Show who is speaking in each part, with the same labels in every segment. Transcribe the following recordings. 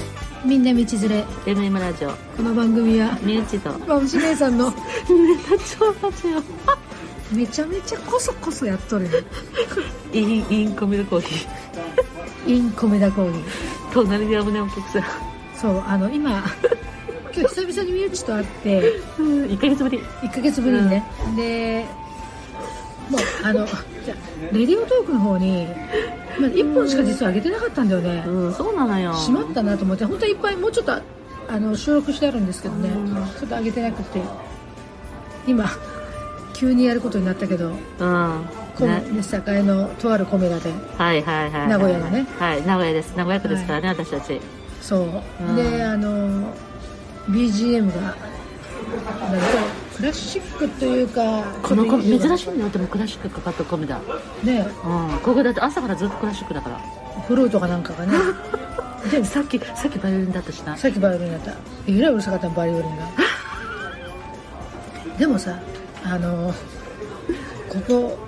Speaker 1: で道連れ
Speaker 2: MM ラジオ
Speaker 1: この番組は
Speaker 2: 身内 と
Speaker 1: まむし姉さんの
Speaker 2: ネタ帳ラジ
Speaker 1: めちゃめちゃコソコソやっとるよ
Speaker 2: オインインコミュコーヒー
Speaker 1: インコメダ講義
Speaker 2: 隣で危ないお客さん
Speaker 1: そうあの今今日久々にみゆちと会って
Speaker 2: うん1ヶ月ぶり
Speaker 1: 1ヶ月ぶりにね、でもうあのじゃあレディオトークの方に、まあ、1本しか実は上げてなかったんだよね、
Speaker 2: うんそうなのよ
Speaker 1: しまったなと思って本当はいっぱいもうちょっとああの収録してあるんですけどね、ちょっと上げてなくて今急にやることになったけど
Speaker 2: う
Speaker 1: こ
Speaker 2: ん
Speaker 1: の
Speaker 2: ね
Speaker 1: 栄のとあるコメダで
Speaker 2: はいはいはい
Speaker 1: 名古屋のね
Speaker 2: はい名古屋です名古屋区ですからね私たち
Speaker 1: そう、
Speaker 2: うん
Speaker 1: であの BGM がなんかクラシックというか
Speaker 2: このコメ珍
Speaker 1: い
Speaker 2: しいねでもクラシックかかったコメだ
Speaker 1: ね
Speaker 2: うんここだって朝からずっとクラシックだから
Speaker 1: フルートかなんかがねで
Speaker 2: さっきさっきバイオリンだったしな
Speaker 1: さっきバイオリンだったえらいうるさかったのバイオリンがでもさあのここ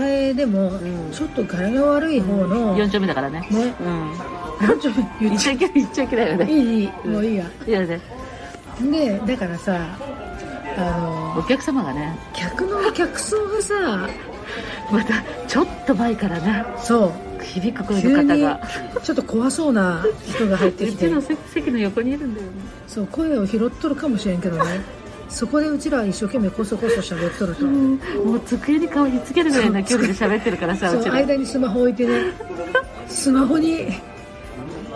Speaker 1: 栄でも
Speaker 2: ん
Speaker 1: ちょっと柄が悪い方の、
Speaker 2: 4丁目だからね
Speaker 1: ね
Speaker 2: うん
Speaker 1: なんちょっと言
Speaker 2: 言
Speaker 1: っ
Speaker 2: っち
Speaker 1: ち
Speaker 2: ゃ
Speaker 1: ゃ
Speaker 2: いけない言っちゃいけないよ
Speaker 1: い
Speaker 2: ね
Speaker 1: いいいもういいや
Speaker 2: いやね
Speaker 1: でだからさあ
Speaker 2: お
Speaker 1: の
Speaker 2: 客様がね
Speaker 1: 客の客層がさ
Speaker 2: またちょっと前からね
Speaker 1: そう
Speaker 2: 響く声の
Speaker 1: 急
Speaker 2: 方
Speaker 1: に
Speaker 2: が
Speaker 1: ちょっと怖そうな人が入って
Speaker 2: う
Speaker 1: き
Speaker 2: ち
Speaker 1: て
Speaker 2: の席席の横にいるんだよね
Speaker 1: そう声を拾っとるかもしれんけど ねそこでうちらは一生懸命こそこそ喋っとると、
Speaker 2: もう机に顔ひっつけるぐらいの距離で喋ってるからさ
Speaker 1: そうう
Speaker 2: ちら
Speaker 1: 間にスマホ置いてねスマホに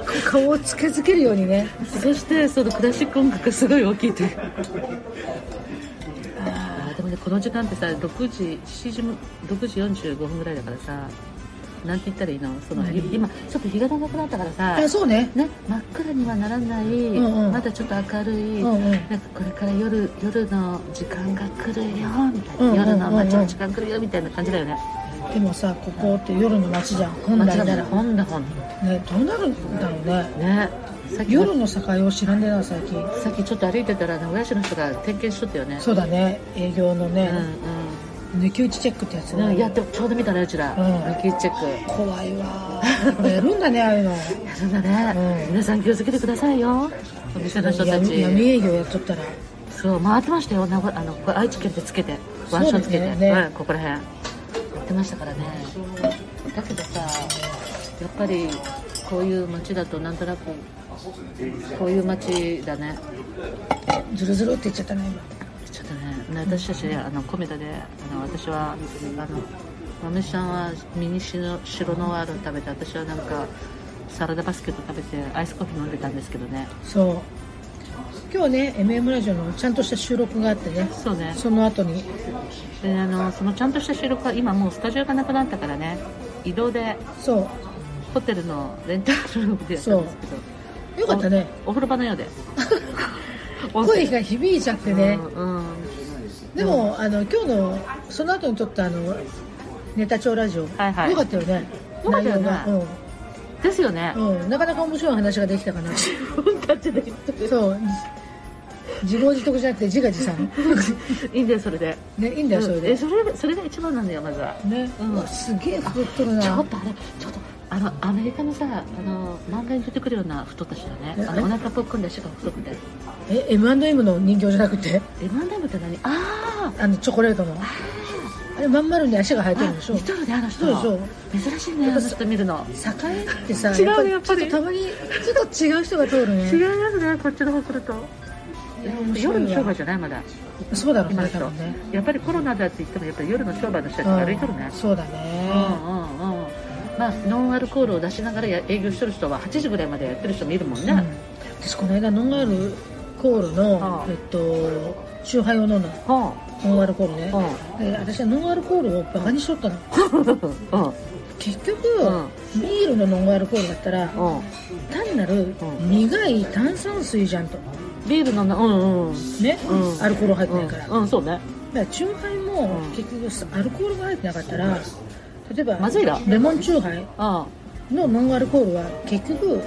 Speaker 1: こう顔を近づけるようにね
Speaker 2: そしてそのクラシック音楽がすごい大きい というあーでもねこの時間ってさ6時7時も6時45分ぐらいだからさなんて言ったらいいのその、
Speaker 1: 何
Speaker 2: 今ちょっと日が長くなったからさ
Speaker 1: あそうね
Speaker 2: ね、真っ暗にはならない、
Speaker 1: んうん
Speaker 2: まだちょっと明るい、
Speaker 1: うんうん
Speaker 2: なんかこれから夜夜の時間が来るよみたい
Speaker 1: うんうんう
Speaker 2: な、
Speaker 1: んうん
Speaker 2: 夜の街の時間来るよみたいな感じだよね
Speaker 1: でもさここって夜の街じゃん本来
Speaker 2: 街
Speaker 1: な
Speaker 2: だからら
Speaker 1: ね
Speaker 2: 本だ本
Speaker 1: どうなるんだろうね
Speaker 2: ねさっき
Speaker 1: 夜の境を知らんでな最近
Speaker 2: さっきちょっと歩いてたらね親父の人が点検しとったよね
Speaker 1: そうだね営業のね
Speaker 2: う、
Speaker 1: 抜き打ちチェックってやつ
Speaker 2: んうん、
Speaker 1: ね
Speaker 2: うん、やってちょうど見たねうちら、
Speaker 1: うん
Speaker 2: 抜き打ちチェック
Speaker 1: 怖いわこれやるんだねああいうの
Speaker 2: やるんだね、
Speaker 1: うん
Speaker 2: 皆さん気をつけてくださいよお店の人た
Speaker 1: 闇闇
Speaker 2: ち
Speaker 1: 営業やっとったら
Speaker 2: そう回ってましたよ名古あのこれ愛知県でつけてワンションつけて
Speaker 1: そうですねね
Speaker 2: うん、ここら辺やってましたからねだけどさやっぱりこういう街だとなんとなくこういう街だね
Speaker 1: ズルズルって言っちゃったね今
Speaker 2: ちょっとね、私たち、あの、コメダで、あの、私は、あの。まめさんは、ミニシの、白ノワール食べて、私はなんか。サラダバスケット食べて、アイスコーヒー飲んでたんですけどね。
Speaker 1: そう今日ね MM ラジオのちゃんとした収録があってね
Speaker 2: そうね。
Speaker 1: その後に
Speaker 2: で、あの、そのちゃんとした収録は、今もうスタジオがなくなったからね。移動で、
Speaker 1: そ
Speaker 2: ホテルのレンタルルームでやったんですけど。
Speaker 1: うよかったね
Speaker 2: お。お風呂場のよ うで。音声
Speaker 1: 声が響いちゃってね、
Speaker 2: うん、うん
Speaker 1: でも、あの今日のその後に撮ったあのネタ帳ラジオ、
Speaker 2: はいはい
Speaker 1: よかったよね
Speaker 2: よかったよね
Speaker 1: 内容が
Speaker 2: ですよね
Speaker 1: う。ん、うん、なかなか面白い話ができたかな
Speaker 2: 自分たちで言ってる。
Speaker 1: そう自業自得じゃなくて自画自賛
Speaker 2: いいんだよ、それで。
Speaker 1: ねいいんだよそれ
Speaker 2: うんえ
Speaker 1: で、
Speaker 2: それそれが一番なんだよまずは
Speaker 1: ね、
Speaker 2: うん
Speaker 1: うわすげえ太っとるな
Speaker 2: ちょっとあれちょっとあのアメリカのさあの漫画に出てくるような太った人だ
Speaker 1: え
Speaker 2: ねあのお腹ぽっこんで足が太くて
Speaker 1: え M&M の人形じゃなくて
Speaker 2: エマンダムって何あー
Speaker 1: あのチョコレートのあれまん丸に足が生えてるんでし
Speaker 2: あ
Speaker 1: ょ
Speaker 2: 似とるねあの人
Speaker 1: そうそう
Speaker 2: 珍しいねあの人見るの
Speaker 1: 栄ってさ
Speaker 2: 違うね
Speaker 1: ちょっと
Speaker 2: やっぱり
Speaker 1: たまにちょっと違う人が通るね
Speaker 2: ますねこっちの方来ると
Speaker 1: いや面白いわ
Speaker 2: 夜の商売じゃないまだ
Speaker 1: そうだろう
Speaker 2: 今の
Speaker 1: ね
Speaker 2: 人
Speaker 1: 多分ね
Speaker 2: やっぱりコロナだって言ってもやっぱり夜の商売の人たちが歩いとるね
Speaker 1: うんそうだ
Speaker 2: うん
Speaker 1: ね
Speaker 2: うんうんまあノンアルコールを出しながらや営業してる人は8時ぐらいまでやってる人もいるもんね、
Speaker 1: うん私この間ノンアルコールの
Speaker 2: うん
Speaker 1: えっと酎ハイを飲んだ
Speaker 2: うん
Speaker 1: ノンアルコールね
Speaker 2: うん
Speaker 1: で私はノンアルコールをバカにしとったの
Speaker 2: うん
Speaker 1: 結局
Speaker 2: うん
Speaker 1: ビールのノンアルコールだったら
Speaker 2: うん
Speaker 1: 単なる
Speaker 2: ん
Speaker 1: 苦い炭酸水じゃんと
Speaker 2: ビールのなうんうん
Speaker 1: ね
Speaker 2: うん
Speaker 1: アルコール入って
Speaker 2: う
Speaker 1: ない
Speaker 2: ん
Speaker 1: から
Speaker 2: うんそうね
Speaker 1: だからチューハイも
Speaker 2: うん
Speaker 1: 結局さアルコールが入ってなかったら例えば
Speaker 2: まずいな
Speaker 1: レモンチューハイ
Speaker 2: あ
Speaker 1: のノンアルコールは結局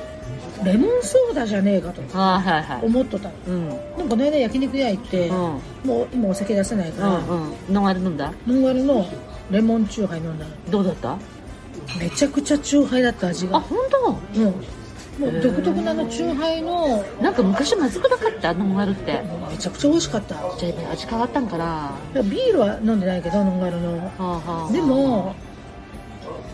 Speaker 1: レモンソーダじゃねえかと
Speaker 2: ああはいはい
Speaker 1: 思っとったの
Speaker 2: うん
Speaker 1: でもこの間焼肉屋行って、
Speaker 2: うん
Speaker 1: もう今お酒出せないか
Speaker 2: う
Speaker 1: ら、
Speaker 2: んうんノンアル飲んだ
Speaker 1: ノンアルのレモンチューハイ飲んだの
Speaker 2: どうだった
Speaker 1: めちゃくちゃチューハイだった味
Speaker 2: あ
Speaker 1: が
Speaker 2: 本当
Speaker 1: うんもう独特なあのチューハイの
Speaker 2: なんか昔まずくなかったノンアルって
Speaker 1: めちゃくちゃ美味しかったい
Speaker 2: じゃあ今味変わったんかな、は
Speaker 1: やビールは飲んでないけどノンアルの
Speaker 2: あはあ
Speaker 1: でも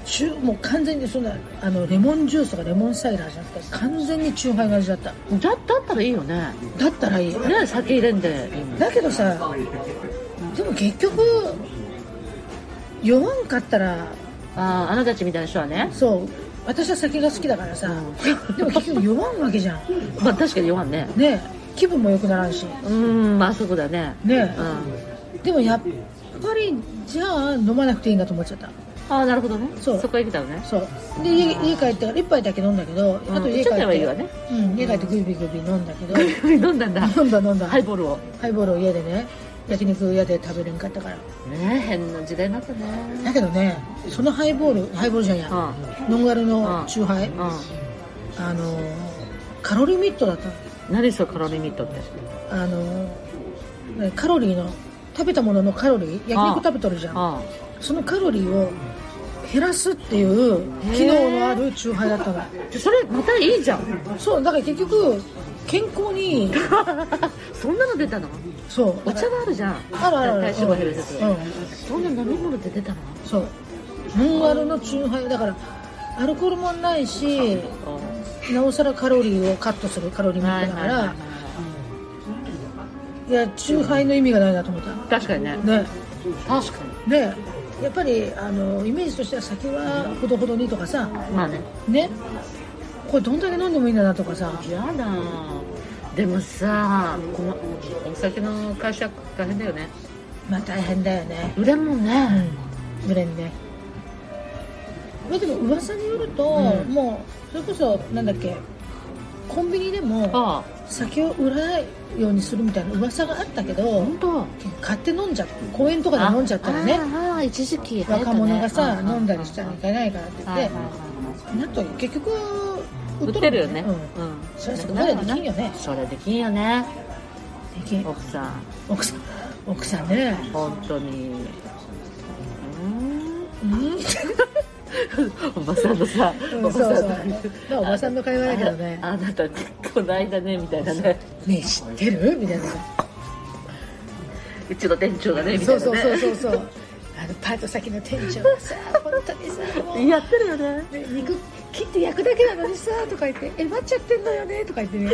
Speaker 1: チューもう完全にそんなあのレモンジュースとかレモンサイダーじゃなくて完全にチューハイの味だった
Speaker 2: だだったらいいよね
Speaker 1: だったらいい
Speaker 2: ね酒入れんでいいの
Speaker 1: だけどさでも結局酔わんかったら
Speaker 2: あああなたたちみたいな人はね
Speaker 1: そう私は酒が好きだからさでも結局酔わんわけじゃん
Speaker 2: まあ確かに弱いね
Speaker 1: ねえ気分も良くならんし
Speaker 2: うーんまあそうだね
Speaker 1: ねえ
Speaker 2: うん
Speaker 1: でもやっぱりじゃあ飲まなくていいんだと思っちゃった
Speaker 2: ああなるほどね
Speaker 1: そう
Speaker 2: そこへ来たのね
Speaker 1: そうで家家帰ってから1杯だけ飲んだけど、
Speaker 2: うん
Speaker 1: あと家
Speaker 2: ち
Speaker 1: 帰っ
Speaker 2: ょってとはいいわね
Speaker 1: うん、家帰ってグイグイグイグイ飲んだけど
Speaker 2: 飲んだんだ
Speaker 1: 飲んだ飲んだ、
Speaker 2: ハイボールを
Speaker 1: ハイボールを家でね焼肉屋で食べれんかったから
Speaker 2: ねえ変な時代になったね
Speaker 1: だけどねそのハイボールハイボールじゃんや、ノンアルのチューハイ、
Speaker 2: う
Speaker 1: あのーカロリーミットだったの
Speaker 2: ん何それカロリーミットって
Speaker 1: あのーねカロリーの食べたもののカロリー
Speaker 2: あ
Speaker 1: 焼肉食べとるじゃん
Speaker 2: あ
Speaker 1: そのカロリーを減らすっていう機能のあるチューハイだったの
Speaker 2: あそれまたいいじゃん
Speaker 1: そうだから結局健康に
Speaker 2: そんなの出たの
Speaker 1: そう
Speaker 2: お茶があるじゃん
Speaker 1: あるあるある
Speaker 2: 体脂肪減るやつ
Speaker 1: うんうん
Speaker 2: そんな飲み物って出たの
Speaker 1: そうノンアルのチューハイだからアルコールもないしなおさらカロリーをカットするカロリーミットだから、いやチューハイの意味がないなと思った
Speaker 2: 確かにね
Speaker 1: ね
Speaker 2: 確か
Speaker 1: でやっぱりあのイメージとしては酒はほどほどにとかさ
Speaker 2: にまあね
Speaker 1: ねこれどんだけ飲んでもいいんだなとかさ
Speaker 2: やだでもさこのお酒の会社大変だよね
Speaker 1: まあ大変だよね
Speaker 2: 売れんもん
Speaker 1: う
Speaker 2: ね、
Speaker 1: んブレンねまあでも噂によると、
Speaker 2: うん
Speaker 1: もうそれこそなんだっけコンビニでも
Speaker 2: ああ
Speaker 1: 酒を売らないようにするみたいな噂があったけど
Speaker 2: 本当
Speaker 1: 買って飲んじゃう公園とかで飲んじゃったらね
Speaker 2: あああ一時期流行ったね
Speaker 1: 若者がさ、
Speaker 2: うんうんうん
Speaker 1: 飲んだりしたらいけないからって言っ
Speaker 2: はいはい
Speaker 1: て
Speaker 2: はい
Speaker 1: なんと結局
Speaker 2: 売っ
Speaker 1: と
Speaker 2: てるよね、
Speaker 1: うん
Speaker 2: うん
Speaker 1: それそこまでできんよね
Speaker 2: それできんよね
Speaker 1: できん
Speaker 2: 奥さん
Speaker 1: 奥さん奥さんね
Speaker 2: 本当に
Speaker 1: うん
Speaker 2: おばさんのさ、
Speaker 1: そうそうまあおばさんの会話だけどね
Speaker 2: ああなたこないだねみたいなね
Speaker 1: ねえ知ってるみたいなさ
Speaker 2: うちの店長がねみた
Speaker 1: そ
Speaker 2: いうなね
Speaker 1: そうそうそうそう あのパート先の店長がさ本当にさもう
Speaker 2: やってるよね
Speaker 1: ね肉切って焼くだけなのにさとか言って「え待っちゃってんのよね」とか言ってね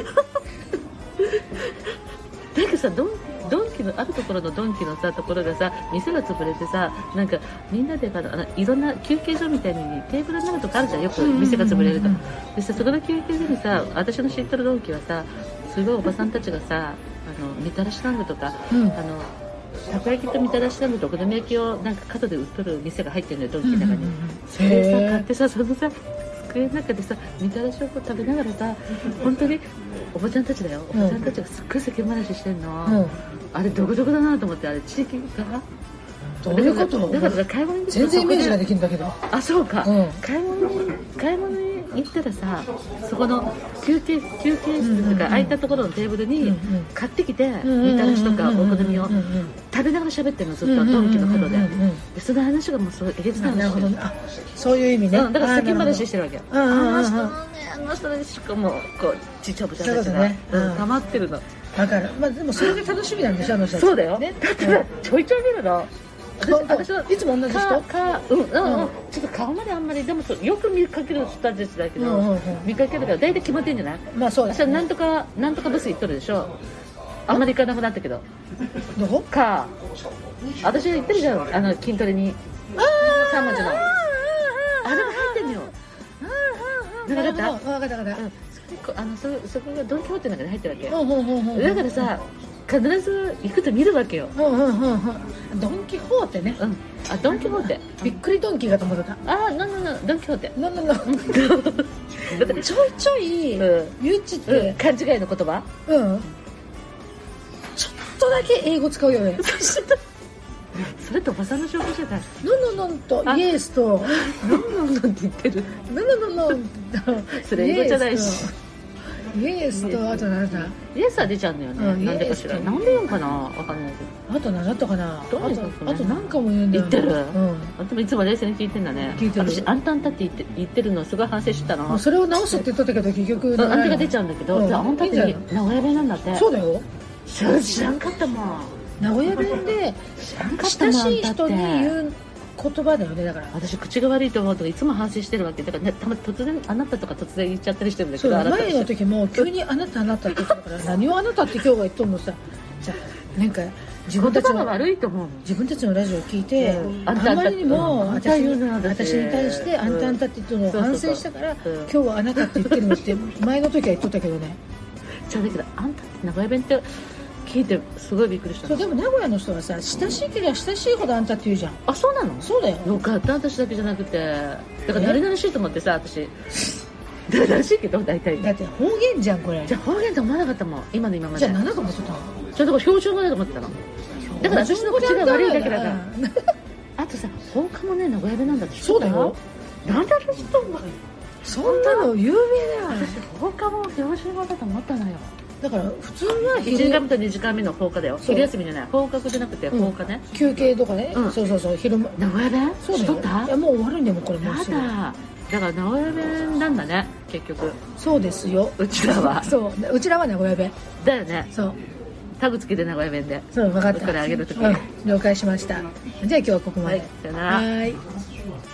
Speaker 2: なんかさドンドンキのあるところのドンキのさところがさ店が潰れてさなんかみんなであのあのいろんな休憩所みたいにテーブルになるとかあるじゃんよく店が潰れると
Speaker 1: うんうん
Speaker 2: でさそこの休憩所にさ私の知ってるドンキはさすごいおばさんたちがさあのみたらし団子とか、
Speaker 1: うん
Speaker 2: あのたこ焼きとみたらし団子とお好み焼きをなんか角で売っとる店が入ってるのよドンキの中に、それさ買ってさそのさ机の中でさみたらしをこう食べながらさ本当におばちゃんたちだよおばちゃんたちがすっごい世間話してんの、
Speaker 1: うん
Speaker 2: あれ独特だなと思ってあれ地域が
Speaker 1: どういうこと
Speaker 2: だからだから買い物に行くと
Speaker 1: 全然イメージがで
Speaker 2: そこ
Speaker 1: きんだけど
Speaker 2: であそうか、
Speaker 1: うん
Speaker 2: 買い物に買い物に行ったらさそこの休憩休憩室と
Speaker 1: うんうんう
Speaker 2: いうんか空いたところのテーブル
Speaker 1: うんう
Speaker 2: に
Speaker 1: ん
Speaker 2: 買ってきてみたらしとかお好みを食べながら喋ってるのずっとドンキの角で
Speaker 1: うんうんうんうん
Speaker 2: でその話がもうすごいえげつない
Speaker 1: なる
Speaker 2: 話
Speaker 1: ほどねあそういう意味ね
Speaker 2: うんだから先話しててるわけよ
Speaker 1: うんうんうんうん
Speaker 2: あの人のねあの人のしかもこうちっちゃぶちゃぶ
Speaker 1: そう
Speaker 2: ち
Speaker 1: だね
Speaker 2: ゃ
Speaker 1: うん
Speaker 2: 溜まってるの
Speaker 1: だからまあでもそれが楽しみなんでしょあの人たち
Speaker 2: そうだよだ
Speaker 1: ね
Speaker 2: ってさちょいちょい見るの私
Speaker 1: 本当
Speaker 2: 私はい
Speaker 1: つも同じ人
Speaker 2: かかうんうんうん、
Speaker 1: うん
Speaker 2: ちょっと顔まであんまりでもそうよく見かける人たちだけど、
Speaker 1: うんうんうん
Speaker 2: 見かけるから大体決まってんじゃない
Speaker 1: まあそうで
Speaker 2: 私
Speaker 1: す
Speaker 2: はなんとかなんとかブス行っとるでしょあんまり行かなくなったけど
Speaker 1: どこ
Speaker 2: か私が行ってるじゃんあの筋トレに3文字のあでも入ってんのよだからだ
Speaker 1: なるほど分かった分かった
Speaker 2: こあのそそこがドン・キホーテの中に入ってるわ
Speaker 1: うんうんうんうん
Speaker 2: けだからさ必ず行くと見るわけよ
Speaker 1: うんうんうんうんドン・キホーテね
Speaker 2: うんあドン・キホーテ
Speaker 1: びっくりドンキーかと思ってた
Speaker 2: ああなななドン・キホーテ
Speaker 1: なんなんだ
Speaker 2: だって
Speaker 1: ちょいちょい
Speaker 2: うん
Speaker 1: ゆうちっ
Speaker 2: うん
Speaker 1: て
Speaker 2: 勘違いの言葉
Speaker 1: うんちょっとだけ英語使うよ ね
Speaker 2: それっておばさんの証拠じゃない
Speaker 1: のんのんのんと
Speaker 2: あ
Speaker 1: イエス と
Speaker 2: ノンノンノンって言ってる
Speaker 1: のんのんのんのんと
Speaker 2: それ英語じゃないし
Speaker 1: イエスとイエスとあと何だっ
Speaker 2: イエスは出ちゃうんだよね、
Speaker 1: うん
Speaker 2: なんでかし
Speaker 1: イエ
Speaker 2: ら
Speaker 1: ス
Speaker 2: なんで言うんかなわかんない
Speaker 1: た
Speaker 2: けど
Speaker 1: あと何だったかなあ
Speaker 2: ど
Speaker 1: と
Speaker 2: ういうことね
Speaker 1: あと何かも言うんだよ、ね、
Speaker 2: 言ってる
Speaker 1: うん
Speaker 2: あんたもいつも冷静に聞いてんだね
Speaker 1: 聞いてる
Speaker 2: 私あんたあんたって言って言ってるのすごい反省してた
Speaker 1: ま
Speaker 2: の
Speaker 1: あ、それを直すって言っとったけど結局
Speaker 2: そうあんたが出ちゃうんだけど、
Speaker 1: うん
Speaker 2: じゃああんたっ
Speaker 1: いいんじゃな
Speaker 2: て名古屋弁なんだって
Speaker 1: そうだよ
Speaker 2: 知ら知らんかったもん
Speaker 1: 名古屋弁で
Speaker 2: 知らんかった
Speaker 1: 親
Speaker 2: もん
Speaker 1: しい
Speaker 2: あん
Speaker 1: 人
Speaker 2: たって
Speaker 1: に言う言葉だよねだから
Speaker 2: 私口が悪いと思うとかいつも反省してるわけだから、ね、たま突然あなたとか突然言っちゃったりしてるんだ
Speaker 1: そ
Speaker 2: け
Speaker 1: う
Speaker 2: どあなた
Speaker 1: 前の時も急に「あなたあなた」って言ってたから何をあなたって今日が言っとんのさじゃあなんか自分た
Speaker 2: 言
Speaker 1: ち
Speaker 2: 葉が
Speaker 1: の
Speaker 2: 悪いと思うもん
Speaker 1: 自分たちのラジオを聞いて、
Speaker 2: うん
Speaker 1: あんまりにも
Speaker 2: あんたあ
Speaker 1: 私
Speaker 2: んた言う
Speaker 1: に
Speaker 2: な私
Speaker 1: 私に対して「あんたあんた」って言ってたのを
Speaker 2: そうそう
Speaker 1: 反
Speaker 2: そう
Speaker 1: 省したから
Speaker 2: うん
Speaker 1: 今日は「あなた」って言ってるのって前の時は言っとったけどね
Speaker 2: じゃあだけどあんたって名古屋弁って聞いてすごいびっくりした
Speaker 1: そうでも名古屋の人はさ親しいけりゃ親しいほど「あんた」って言うじゃん
Speaker 2: あそうなの
Speaker 1: そうだよ
Speaker 2: よかった私だけじゃなくてだか
Speaker 1: え
Speaker 2: ら慣れ慣れしいと思ってさ私慣れ慣れしいけど大体
Speaker 1: だって方言じゃんこれ
Speaker 2: じゃあ方言と思わなかったもん今の今まで
Speaker 1: じゃあ何だと思ってたの
Speaker 2: それとこ標準語だと思ってたのだから私の口が悪いだけだから
Speaker 1: うん
Speaker 2: あとさ放課もね名古屋弁なんだって知ってた
Speaker 1: そうだよ
Speaker 2: なんで私と思う
Speaker 1: そんなの有名だよ
Speaker 2: 私放課も標準語だと思ったのよ
Speaker 1: だから普通は
Speaker 2: 1時
Speaker 1: 昼
Speaker 2: 間目と2時間目の放課だよ
Speaker 1: そう
Speaker 2: 昼休みじゃない放課後じゃなくて
Speaker 1: うん
Speaker 2: 放課ね、
Speaker 1: 休憩とかね、
Speaker 2: うん
Speaker 1: そうそうそう昼間
Speaker 2: 名古屋弁
Speaker 1: そうだ
Speaker 2: しと
Speaker 1: よ
Speaker 2: った
Speaker 1: いやもう終わるんでもうこれもう
Speaker 2: や
Speaker 1: すぐ
Speaker 2: だだから名古屋弁なんだね結局
Speaker 1: そうですよ
Speaker 2: うちらは
Speaker 1: そううちらは名古屋弁
Speaker 2: だよね
Speaker 1: そう
Speaker 2: タグつけて名古屋弁で
Speaker 1: そう分かった
Speaker 2: これあげるとき
Speaker 1: うん了解しましたじゃあ今日はここまで
Speaker 2: はいさよなら
Speaker 1: はーい